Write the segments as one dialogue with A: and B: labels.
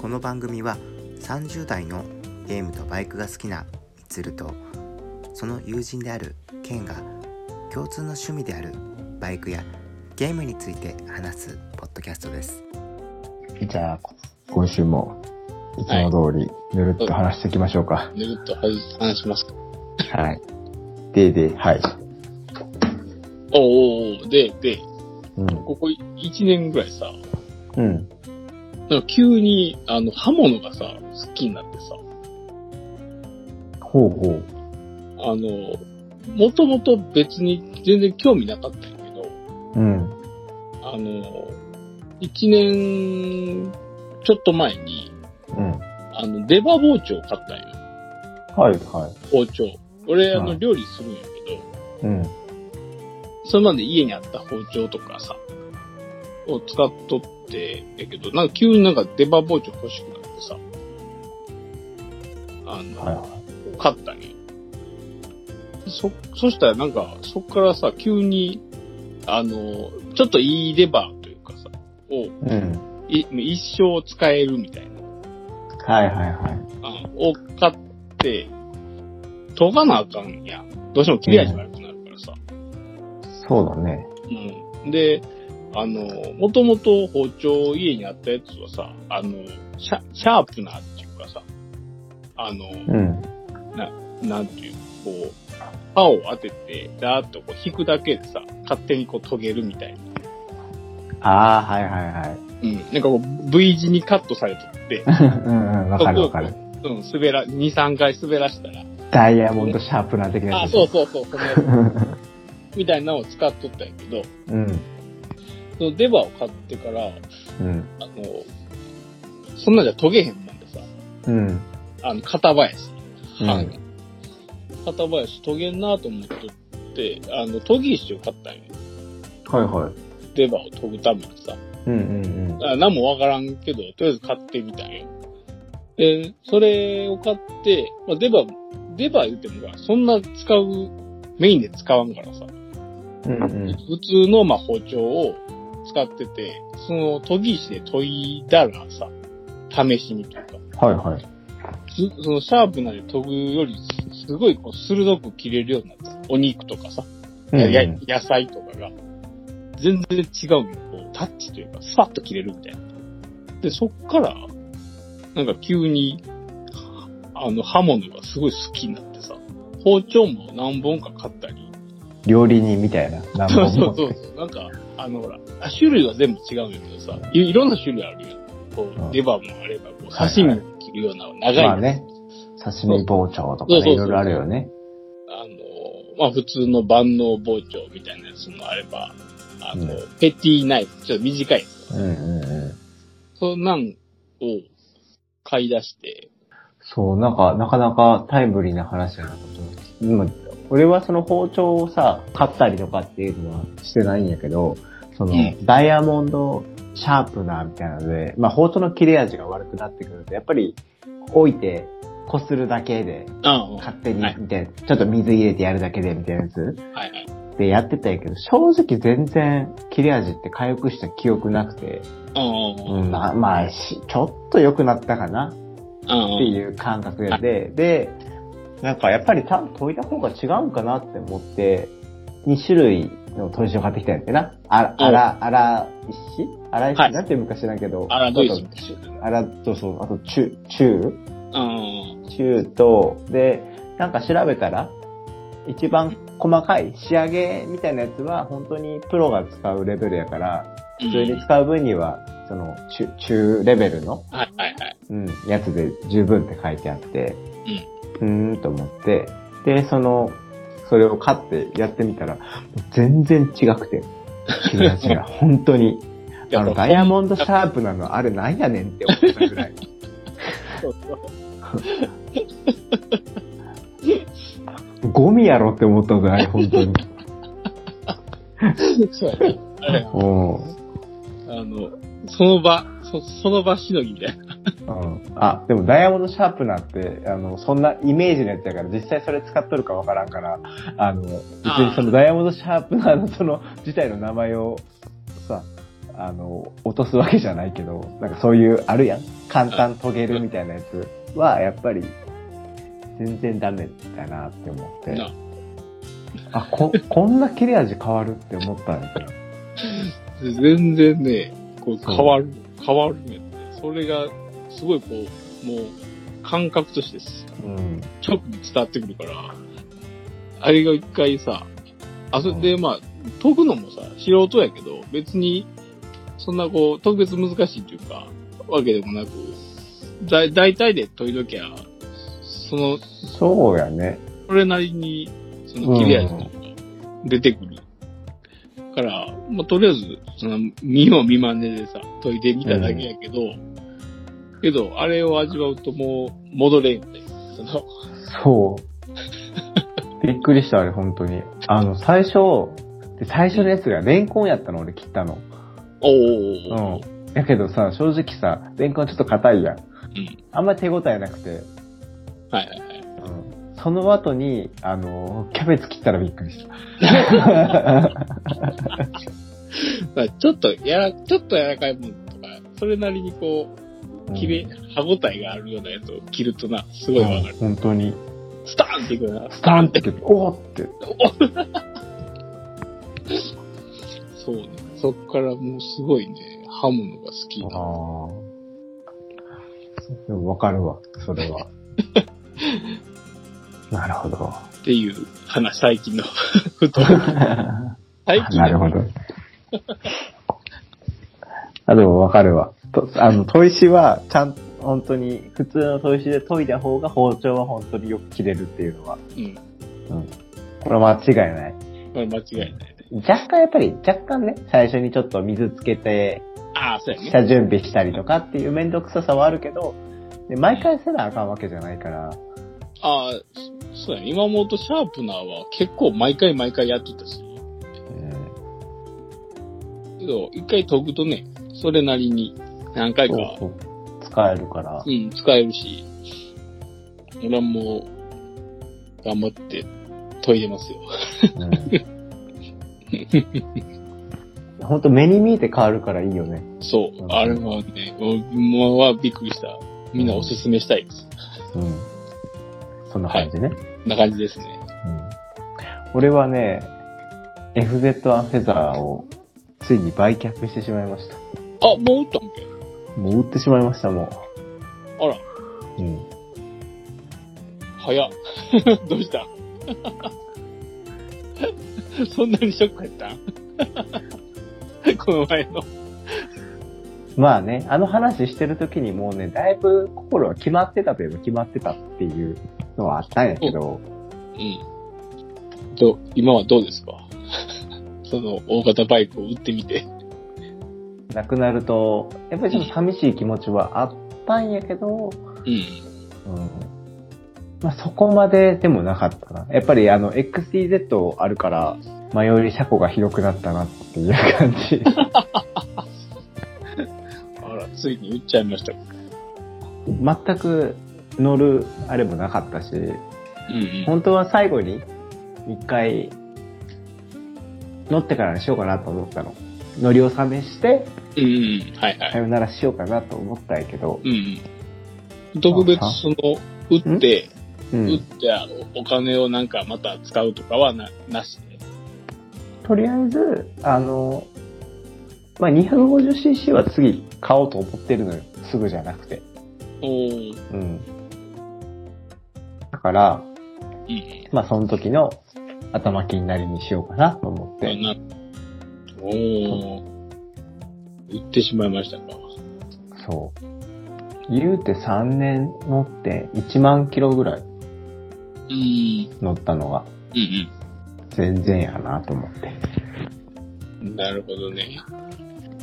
A: この番組は30代のゲームとバイクが好きなみつるとその友人であるケンが共通の趣味であるバイクやゲームについて話すポッドキャストです
B: じゃあ、こ今週も、いつも通り、ぬるっと話していきましょうか。
C: ぬるっと話しますか。
B: はい。で、で、はい。
C: おうおうおうで、で、
B: うん。
C: ここ1年ぐらいさ、
B: うん。
C: なんか急に、あの、刃物がさ、好きになってさ、
B: ほうほう。
C: あの、もともと別に全然興味なかったんやけど、
B: うん。
C: あの、1年ちょっと前に、
B: うん。
C: あの、出刃包丁を買ったんよ。
B: はい、は
C: 包丁。俺、あ
B: は
C: の、
B: い
C: 料理するんやけど、
B: い。うん。
C: それまで家にあった包丁とかさ、を使っとって、やけど、なんか急になんか出刃包丁欲しくなってさ、あの、
B: はい、は
C: 買ったんよ。そ、そしたらなんか、そっからさ、急に、あの、ちょっといいレバーというかさ、を、
B: い。うん。
C: い一生使えるみたいな、
B: はい、はい、はい。
C: あを買って、研がなあかんやん。どうしても切れ味悪くなるからさ、
B: そうだね。
C: うん。で、あの、もともと包丁家にあったやつはさ、あの、シャシャープなっていうかさ、あの、
B: うん。
C: なんていう、こう、刃を当てて、ダーッとこう引くだけでさ、勝手にこう研げるみたいな。
B: ああ、はい、はい、はい。
C: うん。なんかこう V 字にカットされとって、
B: うん、うん、わかるわかる。
C: うん、滑ら、2、3回滑らしたら、
B: ダイヤモンドシャープな的な
C: あ、
B: やつ。
C: そうそうそう、このやつ
B: う。
C: みたいなのを使っとったんやけど、
B: うん。
C: そのデバを買ってから、あ
B: うん。
C: の、そんなんじゃ研げへんもんでさ、
B: うん。
C: あの、片林。
B: うん
C: あの片林研げんなと思っとって、あの、研ぎ石を買ったんよ。
B: はい、はい。
C: レバーを研ぐためにさ。
B: うん、うん、
C: あ何もわからんけど、とりあえず買ってみたんよ。で、それを買って、まあ、デバ、デバ言ってもさ、そんな使う、メインで使わんからさ、
B: うん。うん、うん。
C: 普通の、まあ、包丁を使ってて、その研ぎ石で研いだらさ、試しにというか、
B: はい、はい。
C: すそのシャープなで研ぐより、すごいこう鋭く切れるようになった。お肉とかさ、
B: うん
C: やや野菜とかが、全然違うのこうタッチというか、スパッと切れるみたいな。で、そっから、なんか急に、あの、刃物がすごい好きになってさ、包丁も何本か買ったり、
B: 料理人みたいな。何
C: そう
B: 本
C: そ
B: も
C: うそうそう、なんか、あのほら、あ種類は全部違うんだけどさ、いいろんな種類あるやん。こ
B: うん
C: う、レバーもあれば、こう、
B: はいはい
C: 刺身を切るような長い、
B: まあね、刺身包丁とか
C: そうそうそう
B: ね、いろいろあるよね。
C: あの、まあ、普通の万能包丁みたいなやつもあれば、あの、
B: う
C: ペティナイフ、ちょっと短いやつ。
B: うんうんうん。
C: そんなんを買い出して、
B: そう、なんか、なかなかタイムリーな話だなと思って。でも、俺はその包丁をさ、買ったりとかっていうのはしてないんやけど、その、
C: うん
B: ダイヤモンドシャープナーみたいなので、まあ包丁の切れ味が悪くなってくると、やっぱり置いて、こするだけで、
C: ああ、は
B: 勝手に
C: はい、
B: みたいな、ちょっと水入れてやるだけで、みたいなやつ
C: いはい。
B: でやってたんやけど、正直全然切れ味って回復した記憶なくて、
C: ああ、
B: うん、まあ、まあ、しちょっと良くなったかな
C: ああ
B: っていう感覚で、で、なんかやっぱりた研いだ方が違うんかなって思って、2種類の砥石を買ってきたんやってな。あら、
C: うん
B: あら、あら石あら石、
C: はい
B: なんていう昔だけど。
C: あら、どういう
B: あとあら、そうそう、あと中、中
C: ああ、
B: 中と、で、なんか調べたら、一番細かい仕上げみたいなやつは本当にプロが使うレベルやから、
C: うん
B: 普通に使う分には、その、中、中レベルの、
C: はいはいはい。
B: うん、やつで十分って書いてあって、うん、ーんと思って、で、その、それを買ってやってみたら、全然違くて、切れ味が、本当に。あの、ダイヤモンドシャープなの、あれなんやねんって思ったぐらい。
C: そうそう
B: ゴミやろって思ったぐらい、本当に。
C: そうやねあれ
B: おー
C: あの、その場、そその場しのぎみたいな。
B: うんあ、でもダイヤモンドシャープナーって、あの、そんなイメージのやつやから、実際それ使っとるかわからんから、あの、別にそのダイヤモンドシャープナーのその、自体の名前をさ、あの、落とすわけじゃないけど、なんかそういう、あるやん。簡単研げるみたいなやつは、やっぱり、全然ダメだなって思って。
C: な
B: あ、こ、こんな切れ味変わるって思ったんですよ。
C: 全然ね、こう
B: そう
C: 変わる、変わるんやって。それが、すごいこう、もう、感覚としてす
B: うん。
C: 直に伝わってくるから、あれが一回さ、あ、それで
B: う
C: まあ、解くのもさ、素人やけど、別に、そんなこう、特別難しいというか、わけでもなく、だ大体で解いときゃ、その、
B: そうやね。
C: それなりに、その、切れ味とか、出てくる。から、まあ、とりあえず、その、見よう見まねでさ、解いてみただけやけど、けど、あれを味わうともう、戻れんよね。その、
B: そう。びっくりした、あれ、本当に。あの、最初、で最初のやつがレンコンやったの、俺切ったの。
C: おー
B: う
C: おーおー
B: ん。やけどさ、正直さ、レンコンちょっと硬いやん。
C: ん
B: あんまり手応えなくて。
C: はいはいはい。
B: うん。その後に、あの、キャベツ切ったらびっくりした。
C: まあ、ちょっとやら、ちょっと柔らかいものとか、それなりにこう、切れ、歯応えがあるようなやつを切るとな、すごいわか
B: う
C: る
B: ん。本当に。
C: スターンっていくな。
B: スタンって けど、おーって。
C: そうね。そっからもうすごいね、刃物が好き
B: あ
C: な。
B: あ。でもわかるわ、それ は。なるほ ど。
C: っていう話、最近のこと。最近
B: なるほど。あ、でもわかるわ。とあの、砥石は、ちゃん、本当に、普通の砥石で研いだ方が包丁は本当によく切れるっていうのは、
C: うん。
B: これは間違いない。
C: これ間違いないね。
B: 若干やっぱり、若干ね、最初にちょっと水つけて、
C: ああ、そうやね。
B: 下準備したりとかっていう面倒くささはあるけど、で毎回せなあかんわけじゃないから、
C: ああ、そそうやね。今思うとシャープナーは結構毎回毎回やってたし。
B: うん、
C: けど、一回解くとね、それなりに何回か
B: そうそう使えるから、
C: うん、使えるし、俺はもう、頑張って研いでますよ。
B: 本当目に見えて変わるからいいよね。
C: そう、
B: うん
C: あれはね、もう、はびっくりした。みんなおすすめしたいです。
B: うん。そんな感じね。
C: こんな感じですね。
B: うん、俺はね、FZ アンフェザーをついに売却してしまいました。
C: あ、もう打ったんけ
B: もう売ってしまいました、も
C: あら、
B: う。うん。
C: 早っ。 どうした そんなにショックやったん この前の。
B: まあね、あの話してる時にもうね、だいぶ心は決まってたといえば決まってたっていうのはあったんやけど、
C: うん。ど、今はどうですか その、大型バイクを打ってみて。
B: なくなると、やっぱりちょっと寂しい気持ちはあったんやけど、
C: うん。
B: うんまあ、そこまででもなかったな。やっぱりあの、XTZ あるから、前より車庫が広くなったなっていう感じ。
C: あら、ついに打っちゃいました。
B: 全く乗るあれもなかったし、
C: うんうん。
B: 本当は最後に一回乗ってからにしようかなと思ったの。乗り納めして、
C: うんうんうん。はいはい
B: さ。よならしようかなと思ったんやけど、
C: うんうん。特別
B: あは
C: その、打って、
B: う
C: 打っ
B: ん。
C: てあのお金をなんかまた使うとかはな、なしで。
B: とりあえず、あの、まあ、250cc は次買おうと思ってるのよ。すぐじゃなくて。
C: おー
B: うん。だから、
C: いいね。
B: まあその時の頭金なりにしようかなと思って。
C: なおー売ってしまいましたか。
B: そう。言うて3年乗って1万キロぐらい
C: うん。
B: 乗ったのが
C: うん
B: 全然やなと思って。
C: うん。なるほどね。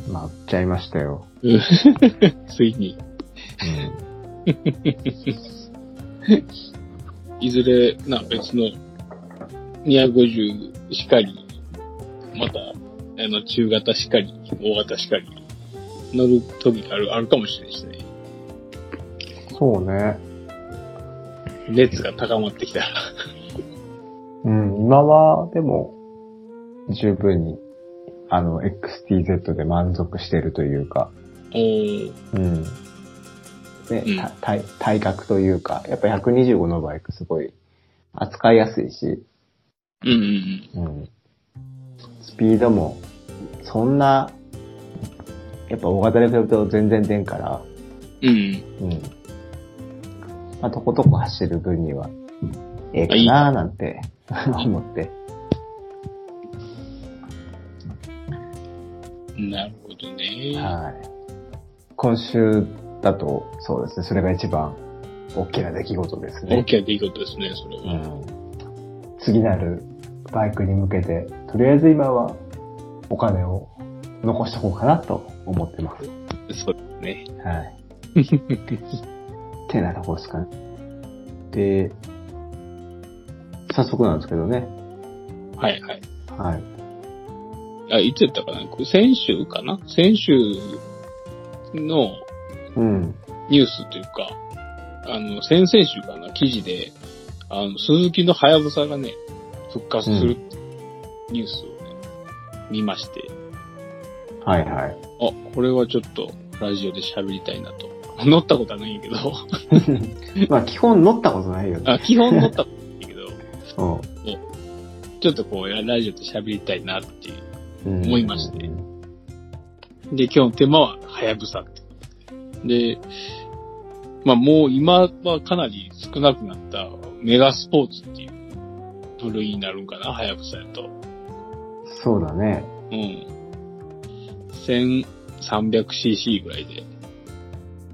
B: まあ売っちゃいましたよ。
C: ついに。いずれ、な、別の250しかり、また、あの、中型しかり、大型しかり、乗る時がある、あるかもしれないですね。
B: そうね。
C: 熱が高まってきたら。
B: うん、今はでも十分にあの、XTZ で満足してるというか、
C: おー
B: うん。ね
C: うん、
B: た体体格というか、やっぱ125のバイクすごい扱いやすいし、
C: うんうん
B: うん。スピードも、そんな、やっぱ大型で比べると全然出んから、
C: うん。うん。
B: うん。まあ、とことこ走る分には、ええかなーなんて 思って。
C: なるほどね。
B: はい。今週だと、そうですね、それが一番大きな出来事です
C: 大
B: ね。
C: きな出来事ですね、それは。
B: うん。次なるバイクに向けて、とりあえず今はお金を残しとこうかなと思ってます。
C: そうですね。
B: はい。てなとこですかね。で、早速なんですけどね。
C: はい
B: は
C: はい。
B: い。
C: あ、いつやったかな先週かな先週の
B: うん。
C: ニュースというか、あの、先々週かな記事で、あの、鈴木のハヤブサがね、復活するニュースをね、見まして、
B: はいはい。
C: あ、これはちょっとラジオで喋りたいなと。乗ったことはないんやけど、
B: まあ基本乗ったことないよね。
C: あ、基本乗ったことないんやけど、
B: うん
C: ちょっとこう、いやラジオで喋りたいなっていう。
B: うん
C: 思いまして。で、今日のテーマは、はやぶさってことで。で、まあもう今はかなり少なくなったメガスポーツっていう部類になるんかな、はやぶさやと。
B: そうだね。
C: うん。1300cc ぐらいで。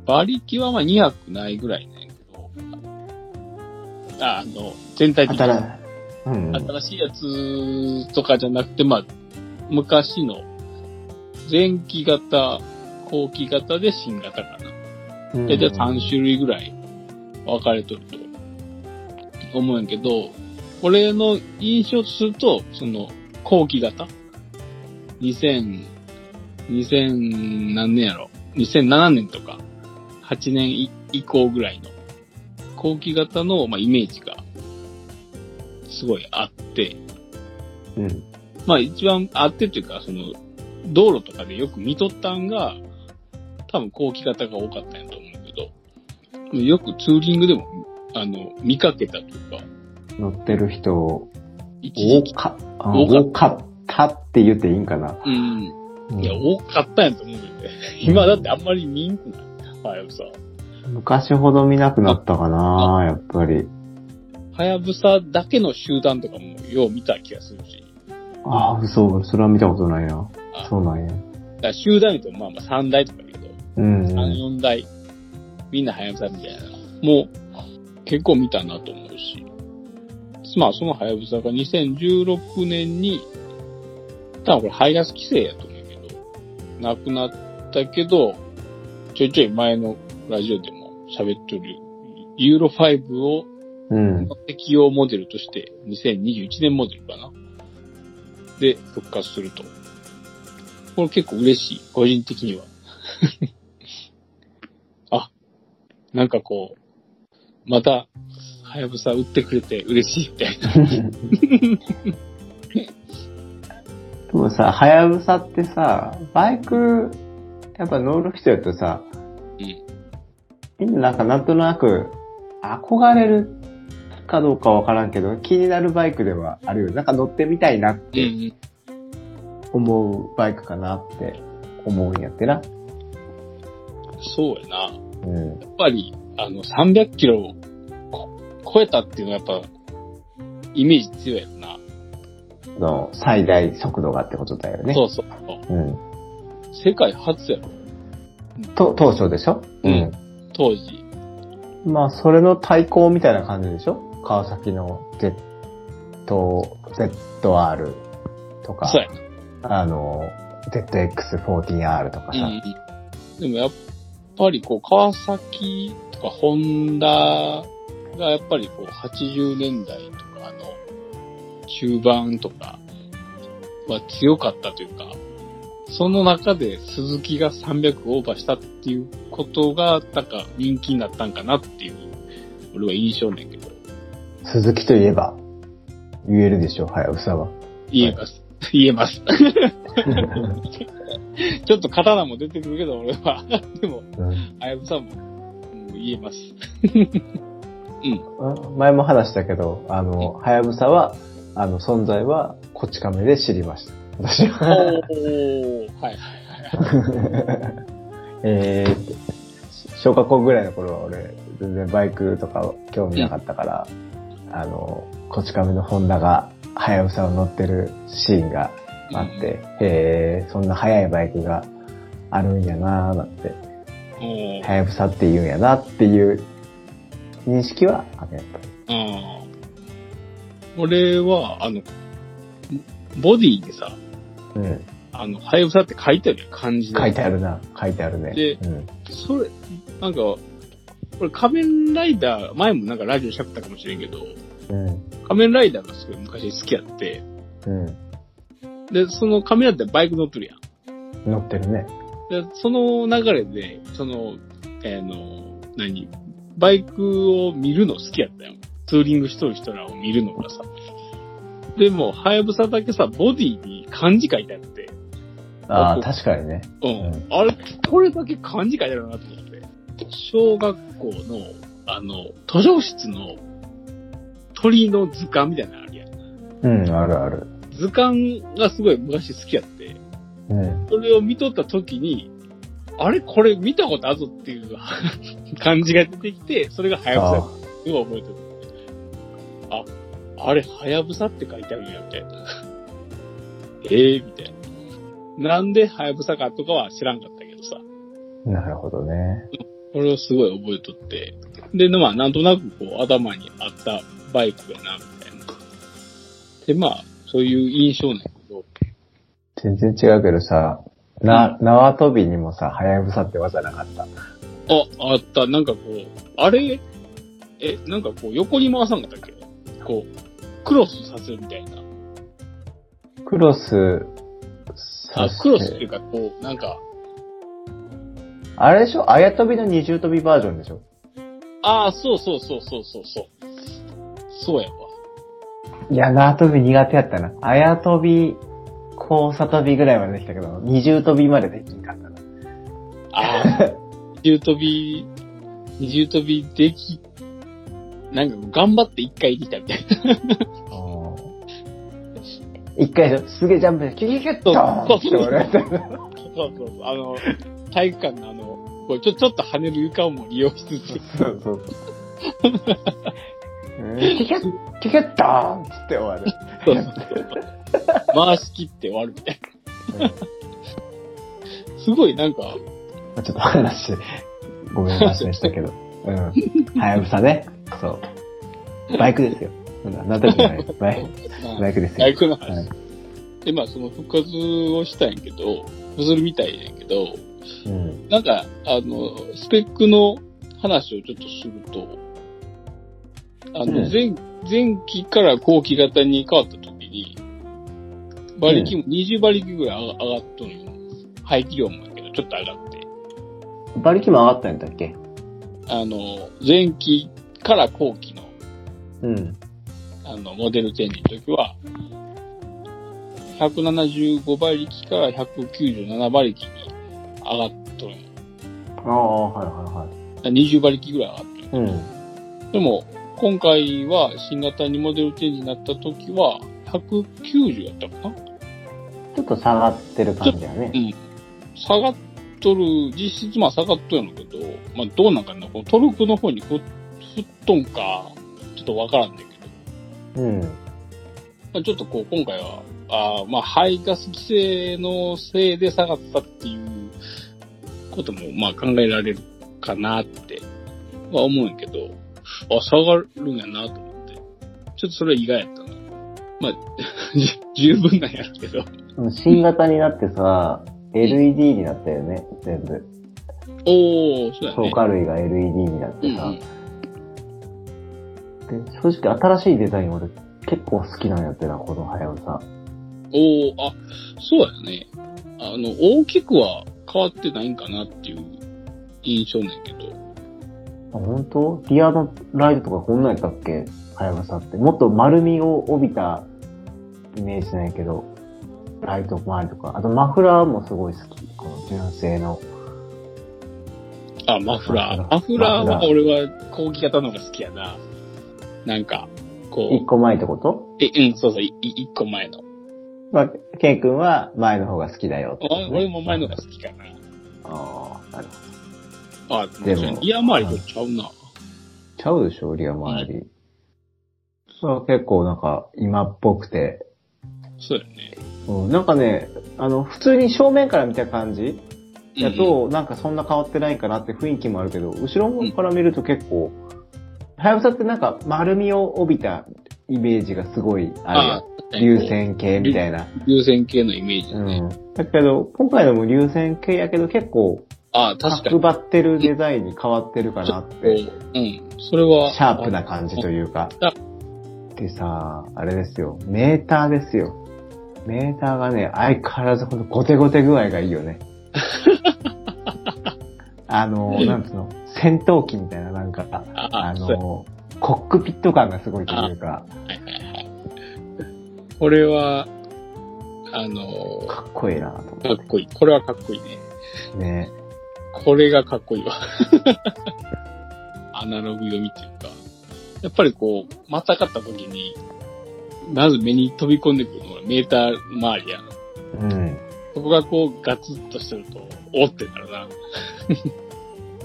C: 馬力はまあ200ないぐらいねんけど。あ、あの、全体的に。
B: 働うん。
C: 新しいやつとかじゃなくて、まあ、昔の前期型、後期型で新型かな。
B: うん
C: で、で3種類ぐらい分かれとると思うんやけど、これの印象とすると、その、後期型 ?2000、2000何年やろ ?2007 年とか、8年い以降ぐらいの、後期型の、まあ、イメージが、すごいあって、
B: うん。
C: まあ一番あってというか、その、道路とかでよく見とったんが、多分後期型が多かったんやと思うけど、よくツーリングでも、あの、見かけたというか、
B: 乗ってる人、多
C: 一時期。
B: かあ
C: 多か
B: 多かったって言っていいんかな。
C: うん。
B: うん
C: いや、多かったんやと思うけどね。 今だってあんまり見んくない。はやぶさ。
B: 昔ほど見なくなったかな、やっぱり。
C: はやぶさだけの集団とかもよう見た気がするし。
B: ああ、嘘、それは見たことないな
C: あ。
B: そうなんや。
C: だから集団見てもまあまあ3台とかやけど、
B: うんうん。
C: 3、4台、みんな早草みたいな。もう、結構見たなと思うし。まあ、その早草が2016年に、多分これ、排ガス規制やと思うけど、なくなったけど、ちょいちょい前のラジオでも喋ってる、ユーロ5を
B: うん。
C: 適用モデルとして、2021年モデルかな。で、復活すると。これ結構嬉しい、個人的には。 あ、なんかこう、また、はやぶさ売ってくれて嬉しいみたいな。
B: でもさ、はやぶさってさ、バイク、やっぱ乗る人やとさ、
C: うん
B: みんななんかなんとなく、憧れるかどうかわからんけど、気になるバイクではあるよ。なんか乗ってみたいなって
C: ん。
B: 思うバイクかなって思うんやってな。
C: そうやな。や
B: うん。
C: っぱり、あの、300キロをこ超えたっていうのはやっぱ、イメージ強いやろな。
B: の、最大速度がってことだよね。
C: そうそう。
B: うん。
C: 世界初やろ、
B: と、当初でしょ
C: うん。当時。
B: まあ、それの対抗みたいな感じでしょ川崎の Z、ZR とか。
C: そうや
B: あの、ZX14R とかさ、
C: うん、でもやっぱりこう、川崎とかホンダがやっぱりこう、80年代とかの中盤とかは強かったというか、その中で鈴木が300オーバーしたっていうことが、なんか人気になったんかなっていう、俺は印象ねんけど。
B: 鈴木といえば、言えるでしょ、はやぶさは。
C: 言えば、言えます。 ちょっと刀も出てくるけど、俺は。でも、
B: うん
C: あやぶさんも、もう言えます。
B: 前も話したけど、あの、はやぶさは、あの、存在は、こち亀で知りました。私
C: お
B: は。
C: ー、はい。
B: えーって、小学校ぐらいの頃は俺、全然バイクとか興味なかったから、あの、こち亀のホンダが、はやぶさを乗ってるシーンがあって、へえ、そんな速いバイクがあるんやなーなんて、
C: うん。おー
B: はやぶさって言うんやなっていう認識はあのやっぱり。
C: うん。俺は、あの、ボディでさ、
B: うん。
C: あの、はやぶさって書いてあるやん、漢字で。
B: 書いてあるな。書いてあるね。
C: で
B: うん。
C: それ、なんか、俺仮面ライダー、前もなんかラジオしゃべったかもしれんけど、
B: うん。
C: 仮面ライダーがすごい昔好きやって、
B: うん。
C: で、その仮面ライダーってバイク乗ってるやん。
B: 乗ってるね。
C: で、その流れで、その、えーの、何、バイクを見るの好きやったよ。ツーリングしとる人らを見るのがさ。でも、はやぶさだけさ、ボディに漢字書いてあって、
B: あ
C: う
B: あ、
C: ん
B: 確かにね。
C: うん。
B: うん
C: あれ、これだけ漢字書いてあるなと思って。小学校の、あの、図書室の鳥の図鑑みたいなのあるやん。
B: うん、あるある。
C: 図鑑がすごい昔好きやって、
B: うん。
C: それを見とった時に、あれこれ見たことあるぞっていう 感じが出てきて、それがはやぶさ
B: あ
C: やったすごい覚えてる。あ、あれはやぶさって書いてあるんや、みたいな。 ええみたいな。なんではやぶさかとかは知らんかったけどさ、
B: あ、なるほどね。
C: これをすごい覚えとって、で、まあ、なんとなくこう頭にあったバイクやな、みたいな。で、まあ、そういう印象なんやけど、
B: 全然違うけどさ、な、縄跳びにもさ、はやぶさって技なかった。
C: あ、あった。なんかこう、あれ、え、なんかこう、横に回さんかったっけこう、クロスさせるみたいな。
B: クロス、
C: あ
B: さ、
C: クロスっていうか、こう、なんか、
B: あれでしょあや跳びの二重跳びバージョンでしょ
C: ああ、そうそうそうそうそうそう。そうやわ。
B: いや、縄跳び苦手やったな。あや跳び、交差跳びぐらいまでできたけど、二重跳びまでできんかったな。
C: あ あ、二重跳び、二重跳びでき、なんかこう頑張って一回できたみたいな。
B: 一回でしょすげえジャンプで、キュキュキュッと
C: そうそう
B: って俺
C: そうそうそう。あの、体育館のあの、こうちょ、ちょっと跳ねる床をも利用しつつ、
B: そう そうそう。うんキュキュッ、キュキュッとーンっつって終わる。
C: そうそうそう 回し切って終わるみたいな。すごいなんか、
B: まあちょっと話、ごめんなさいしたけど。うん。はやぶさね。そう。バイクですよ。そんな、なんとなくない。バイ
C: ま
B: バ
C: あ
B: イクですよ。
C: 大工の
B: は
C: 話
B: い。
C: で、まあ、その復活をしたんやけど、復するみたいやけど、
B: うん。
C: なんか、あの、スペックの話をちょっとすると、あの、
B: うん
C: 前、前期から後期型に変わった時に、馬力も20馬力ぐらい上が上がっとるよ。排気量もやけど、ちょっと上がって。
B: 馬力も上がったんだっけ
C: あの、前期から後期の、
B: うん。
C: あの、モデルチェンジの時は、175馬力から197馬力に上がっとるんよ。
B: ああ、はい
C: 20馬力ぐらい上がっとる。
B: はいはい。
C: でも、今回は新型にモデルチェンジになった時は、190やったかな
B: うん。ちょっと下がってる感じだね。
C: 下がっとる、実質まあ下がっとるんだけど、まあどうなんかな、このトルクの方にふ振っとんか、ちょっとわからんだけど、
B: うん。
C: まあ、ちょっとこう今回は、あーまあ排ガス規制のせいで下がったっていうこともまあ考えられるかなっては思うんやけど、あ、下がるんやなと思って。ちょっとそれは意外やったな。まあ、 十分なんやろうけど。
B: 新型になってさ、LED になったよね、全部。
C: おー、そうや
B: 消
C: ね。
B: 化類が LED になっ
C: うん
B: て
C: う
B: さ
C: ん。。
B: で正直新しいデザイン俺結構好きなんやってな、このはやぶさ。
C: おー、あ、そうやね。あの、大きくは変わってないんかなっていう印象なんやけど。
B: あ、本当リアのライトとかこんなんやったっけはやぶさって。もっと丸みを帯びたイメージなんやけど。ライト周りとか、あとマフラーもすごい好き。この純正の。
C: あ、マフラー。マ
B: マ
C: フ
B: フ
C: ラ
B: ラ
C: ー
B: ー
C: は俺は後期型の方が好きやな。なんか、こ
B: 一個前ってこと
C: う、え、うん、そうそう、いい一個前の。
B: まあ、ケイ君は前の方が好きだよってことね、
C: あ俺も前のが好きかな。
B: ああ、なるほど。
C: あ、
B: で
C: で
B: も
C: も、イヤー周りとちゃうな。
B: ちゃうでしょ、リア周り。そう結構なんか今っぽくて。
C: そうよね。
B: うん、なんかね、あの、普通に正面から見た感じだと、なんかそんな変わってないかなって雰囲気もあるけど、後ろから見ると結構、はやぶさってなんか丸みを帯びたイメージがすごいあるやん。流。線形みたいな。
C: 流線系のイメージ
B: う
C: だね。
B: ん。だけど、今回のも流線形やけど結構、
C: あ、確か
B: 角
C: に。
B: 張ってるデザインに変わってるかなって、
C: こううん。それは。
B: シャープな感じというか
C: あ。
B: でさ、あれですよ、メーターですよ。メーターがね、相変わらずこのゴテゴテ具合がいいよ ね。あの、なんつうの、戦闘機みたいななんか、
C: あ
B: あ
C: あ、そうや
B: の、コックピット感がすごいというか、
C: これは、あの、
B: かっこいいなと
C: かっこいい。これはかっこいいね。
B: 思ってね。
C: これがかっこいいわ。 アナログ読みっていうか。やっぱりこう、またかった時に、まず目に飛び込んでくるのがメーター周りやん。
B: うん。
C: そこがこうガツッとしてると、おってなるな。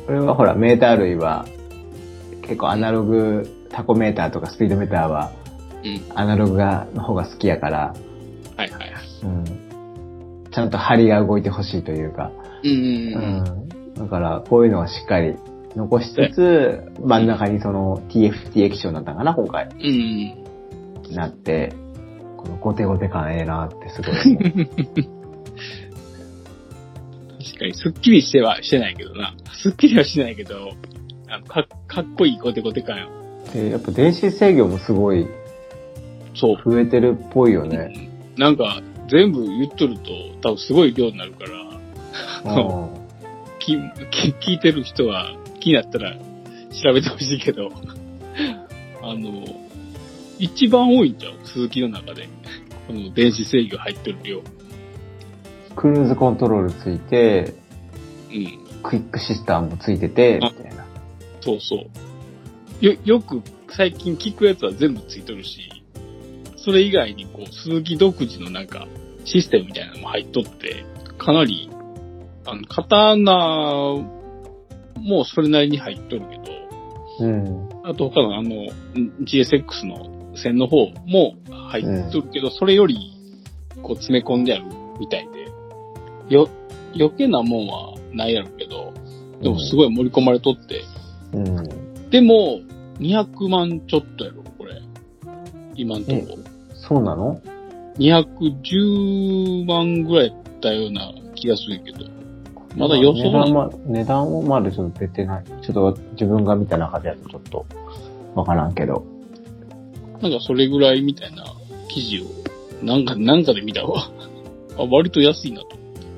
B: これはほら、メーター類は、結構アナログ、タコメーターとかスピードメーターは、
C: うん
B: アナログが、の方が好きやから、
C: はいはい。
B: うん。ちゃんと針が動いてほしいというか、
C: うん
B: う
C: うんうん。
B: ん。だから、こういうのはしっかり残しつつ、真ん中にその TFT 液晶になったかな、今回。
C: うん。
B: なって、このゴテゴテ感ええなってすごい思う。
C: 確かに、すっきりしてはしてないけどな。すっきりはしてないけど、あのかかっこいいゴテゴテ感よ。
B: で、やっぱ電子制御もすごい
C: そう。
B: 増えてるっぽいよね。
C: なんか、全部言っとると、多分すごい量になるから、
B: うん。
C: きき聞いてる人は気になったら調べてほしいけど、あの、一番多いんちゃう鈴木の中で。この電子制御入ってる量。う
B: クルーズコントロールついて、
C: ん。
B: クイックシスターもついてて、
C: あ
B: みたいな。
C: そうそう。よ、よく最近聞くやつは全部ついてるし、それ以外にこう、鈴木独自のなんか、システムみたいなのも入っとって、かなり、あの、刀もそれなりに入っとるけど、
B: うん。
C: あと他のあの、ん GSX の線の方も入ってるけど、それより、こう詰め込んであるみたいで、よ、余計なもんはないやろうけど、でもすごい盛り込まれとって、
B: うん。
C: でも、200万ちょっとやろ、これ。今んとこ。
B: そうなの
C: 210万ぐらいだったような気がするけど。まだ予想
B: まあ
C: は
B: 値段は、値段はまだちょっと出てない。ちょっと自分が見た中ではちょっと、わからんけど。
C: なんかそれぐらいみたいな記事を、なんか、なんかで見たわ。 あ、割と安いなと。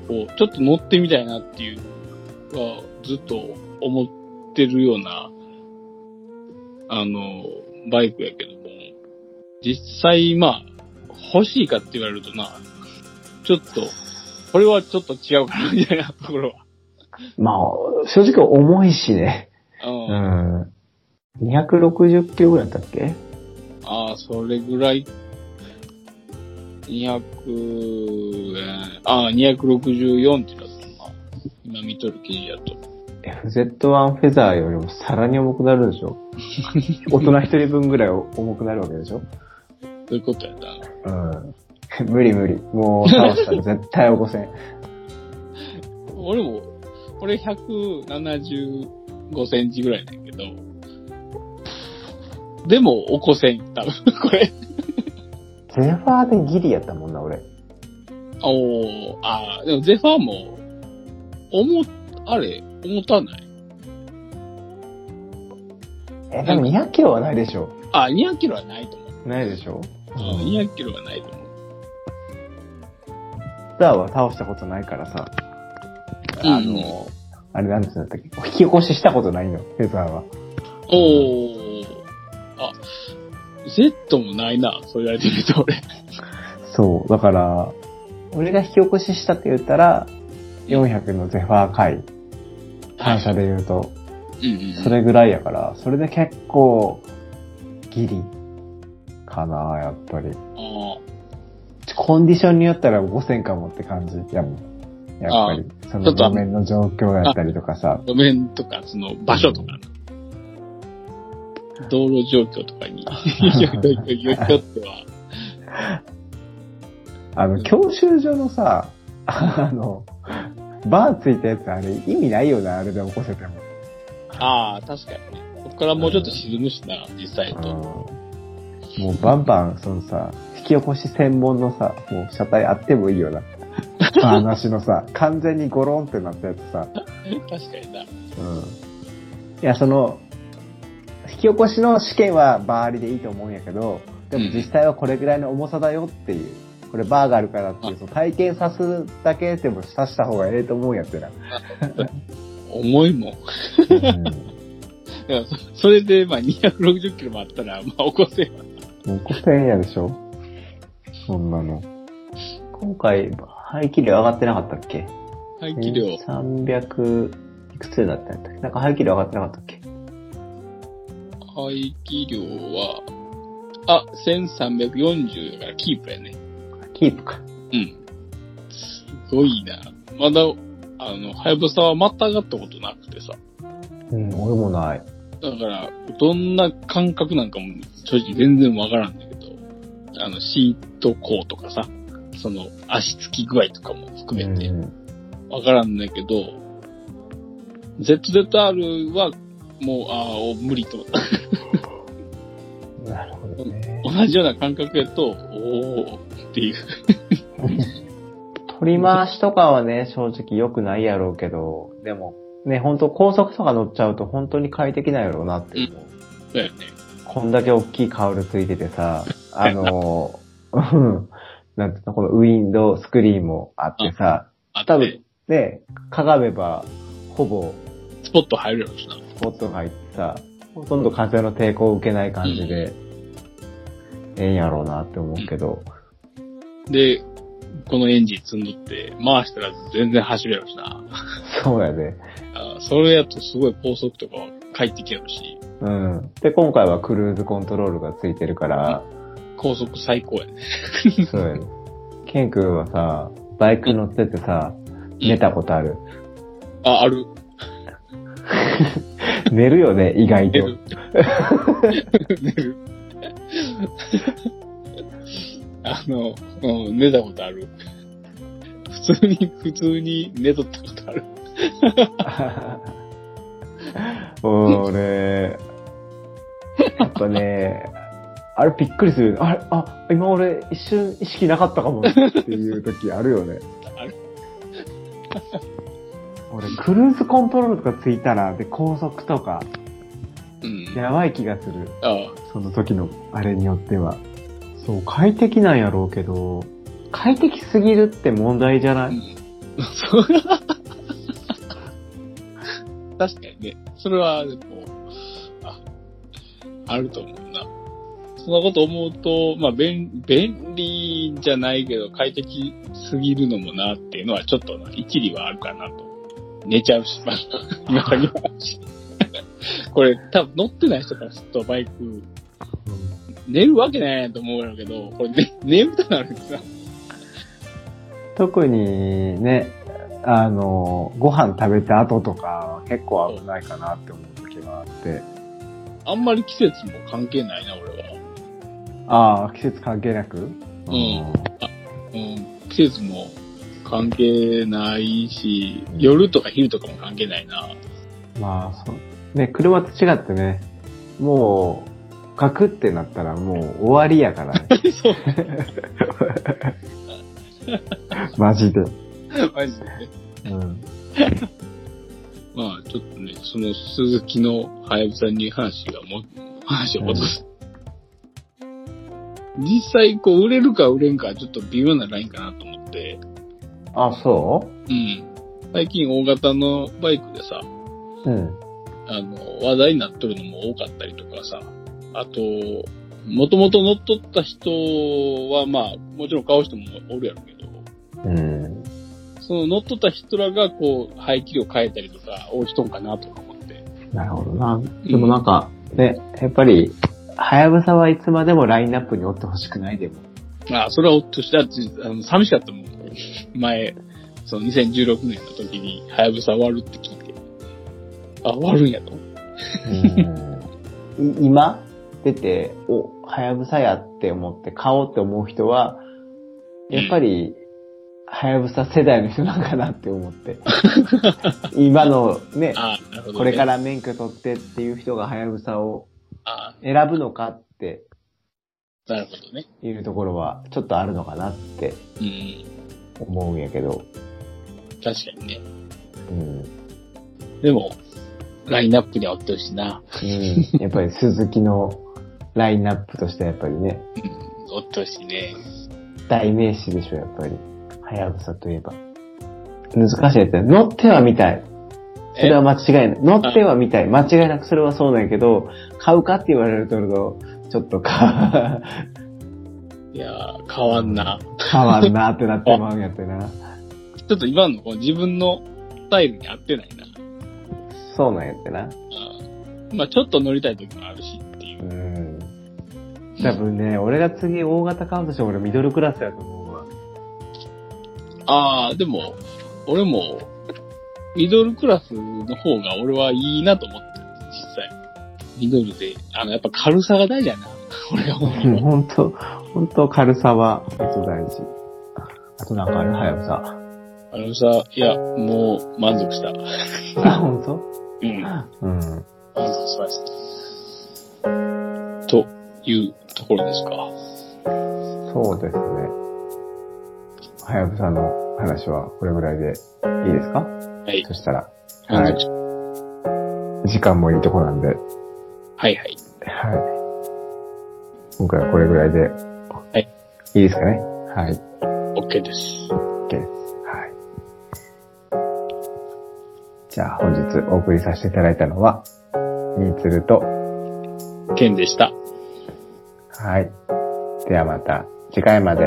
C: こう、ちょっと乗ってみたいなっていう、は、ずっと思ってるような、あの、バイクやけども、実際、まあ、欲しいかって言われるとな、ちょっと、これはちょっと違うかな、みたいなところは。
B: まあ、正直重いしね。
C: うん。
B: うん。260キロぐらいだったっけ
C: ああ、それぐらい。200円、ああ、264ってなったのか今見とる記事やと。
B: ?FZ1 フェザーよりもさらに重くなるでしょ大人一人分ぐらい重くなるわけでしょ
C: そういうことやな。
B: うん。無理無理。もう倒したら絶対起こ せん。
C: 俺も、俺175センチぐらいだけど、でも起こせん、多分、 これ。
B: ゼファーでギリやったもんな、俺。
C: おー、ああ、でもゼファーも、重っ、あれ、重たない
B: え、でも200キロはないでしょ
C: あ、200キロはないと思う。
B: ないでしょ
C: あー200キロはないと思う。
B: スターは倒したことないからさ、あ
C: うん
B: の、あれなんつうんだったっけ引き起こししたことないの、フェザーは。
C: おー。あ、Z もないな、そう言われてみると俺。
B: そう、だから、俺が引き起こししたって言ったら、400のゼファー回、反射で言うと、
C: うんうんうん
B: それぐらいやから、それで結構、ギリ、かな、やっぱり。
C: あ
B: コンディションによったら5000かもって感じやもん。やっぱり、そ
C: ちょ
B: の
C: っと
B: 画面の状況やったりとかさ
C: あ、、路面とか、その場所とか、道路状況とかによ よよよっては、
B: あの、教習所のさ、あの、バーついたやつあれ意味ないよな、あれで起こせても。
C: ああ、確かにね。ここからもうちょっと沈むしな、実際
B: うん
C: と。
B: もうバンバン、そのさ、引き起こし専門のさ、もう車体あってもいいよな。話のさ、完全にゴロンってなったやつさ、
C: 確かにな。
B: うん。いや、その、引き起こしの試験はバーありでいいと思うんやけど、でも実際はこれぐらいの重さだよっていう、これバーがあるからっていう、その体験さすだけでもさした方がええと思うんやってな。
C: 重いもん。 いやそそれで、まあ、260キロもあったら、まあ、起こせよ。
B: もう5000円やでしょそんなの。今回、排気量上がってなかったっけ
C: 排気量。
B: 300いくつだったんだっけなんか排気量上がってなかったっけ
C: 排気量は、あ、1340だからキープやね。
B: キープか。
C: うん。すごいな。まだ、あの、はやぶさはまたがったことなくてさ。
B: うん、俺もない。
C: だから、どんな感覚なんかも正直全然わからんだけど、あの、シートコーとかさ、その、足つき具合とかも含めて、わからんだけど、ZZR は、もう、ああ、無理と。
B: なるほどね。
C: 同じような感覚やと、おーっていう。
B: 取り回しとかはね、正直良くないやろうけど、でも、ね、本当高速とか乗っちゃうと本当に快適なんやろうなって思う。
C: だよね。
B: こんだけ大きいカウルついててさ、あの、うんなんていうの、このウィンドウスクリーンもあってさ、
C: あって
B: 多分、ね、かがめば、ほぼ、
C: スポット入るやろしな。
B: スポットが入ってさ、ほとんど風の抵抗を受けない感じで、ええんやろうなって思うけど、
C: で、このエンジン積んどって、回したら全然走るやろしな。
B: そうやで。
C: あそれやとすごい高速とかは快適やろし、
B: うん。で、今回はクルーズコントロールがついてるから、
C: 高速最高やね。
B: そうやね。ケン君はさ、バイク乗っててさ、寝たことある。
C: あ、ある。
B: 寝るよね、意外
C: 寝
B: と
C: る。。寝る。あの、うん、寝たことある。普通に、普通に寝とったことある。
B: 俺、やっぱね、あれびっくりする。あれ、あ、今俺一瞬意識なかったかもっていう時あるよね。
C: ある
B: 俺、クルーズコントロールとかついたら、で、高速とか、
C: うん。
B: やばい気がする。
C: ああ
B: その時のあれによっては。そう、快適なんやろうけど、快適すぎるって問題じゃない、
C: そう 確かにね、それは、でも、あ、あると思うな。そんなこと思うと、まあ、便、便利じゃないけど、快適すぎるのもなっていうのは、ちょっとな一理はあるかなと。寝ちゃうし、まあ、今から言わんし。これ、多分乗ってない人からすると、バイク、寝るわけないやんと思うやろうけど、これ、ね、眠くなるんですよ。
B: 特にね、あの、ご飯食べた後とかは結構危ないかなって思う時があって、
C: あんまり季節も関係ないな、俺は。
B: ああ、季節関係なく、
C: んうん、季節も関係ないし、夜とか昼とかも関係ないな。
B: まあ、そう。ね、車と違ってね、もう、ガクってなったらもう終わりや からね。
C: そう、
B: マジで。
C: マジでね。
B: うん。
C: まあ、ちょっとね、その鈴木のハヤブサに話がも、 話を戻す。実際、こう、売れるか売れんか、ちょっと微妙なラインかなと思って、
B: あ、そ
C: うん。最近大型のバイクでさ、
B: ううん。
C: あの、話題になっとるのも多かったりとかさ、あと、もともと乗っとった人は、まあ、もちろん買う人もおるやろうけど、
B: う
C: その乗っ取った人らがこう、排気量変えたりとか、応じとんかなとか思って。
B: なるほどな。でもなんか、ね、やっぱり、はやぶさはいつまでもラインナップに追ってほしくないでも。
C: まあ、それはおっとしたあの、寂しかったもん。前、その2016年の時に、はやぶさ終わるって聞いて。あ、終わるんやと。
B: い今出て、お、はやぶさやって思って買おうって思う人は、やっぱり、はやぶさ世代の人なんかなって思って。今のね、
C: あなるほど、ね。
B: これか。ら免許取ってっていう人がはやぶさを
C: あ
B: 選ぶのかって
C: なるほどね。
B: いうところは、ちょっとあるのかなって
C: うん。
B: 思うんやけど。
C: 確かにね。
B: うん。
C: でも、ラインナップにはおってほしいな。
B: うん。やっぱり鈴木のラインナップとしてはやっぱりね、
C: おってほしいね。
B: 代名詞でしょ、やっぱり。はやぶさといえば。難しいやつだよ乗ってはみたい。それは間違いない。乗ってはみたい。間違いなくそれはそうなんやけど、買うかって言われると、ちょっとか、
C: いやー、変わんな。
B: 変わんなってなってまうんやってな。
C: ちょっと今のこう自分のスタイルに合ってないな。
B: そうなんやってな。
C: あまあ、ちょっと乗りたい時もあるしっていう
B: う。ん。多分ね、俺が次大型買うとしても俺ミドルクラスやと思うわ。
C: ああ、でも、俺も、ミドルクラスの方が俺はいいなと思ってる、実際。ミドルで、あの、やっぱ軽さが大事やな。 俺が思う
B: う ん、
C: のは。
B: ほんと、ほんと軽さは、えっと大事。あとなんかあるはやぶさ。
C: あのさ、いや、もう満足した。う
B: あ、 ほんと
C: ん。満
B: うん。
C: 足しました。というところですか。
B: そうですね。はやぶさの話はこれぐらいでいいですか
C: はい。
B: そしたら、
C: 満足した
B: 時間もいいとこなんで、はい。
C: はいはい。
B: 今回はこれぐらいで、
C: い
B: いいですかねはい。
C: OK です。
B: OK です。はい。じゃあ本日お送りさせていただいたのは、ニーツルと、
C: ケンでした。
B: はい。ではまた次回まで。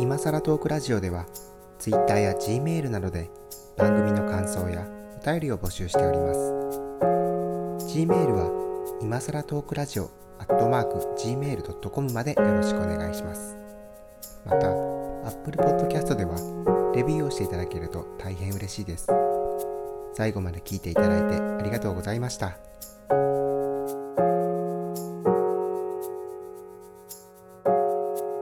A: 今さらトークラジオでは Twitter や Gmail などで番組の感想やお便りを募集しております Gmail は今さらトークラジオアットマーク Gmail.com までよろしくお願いしますまた Apple Podcast ではレビューをしていただけると大変嬉しいです最後まで聞いていただいてありがとうございました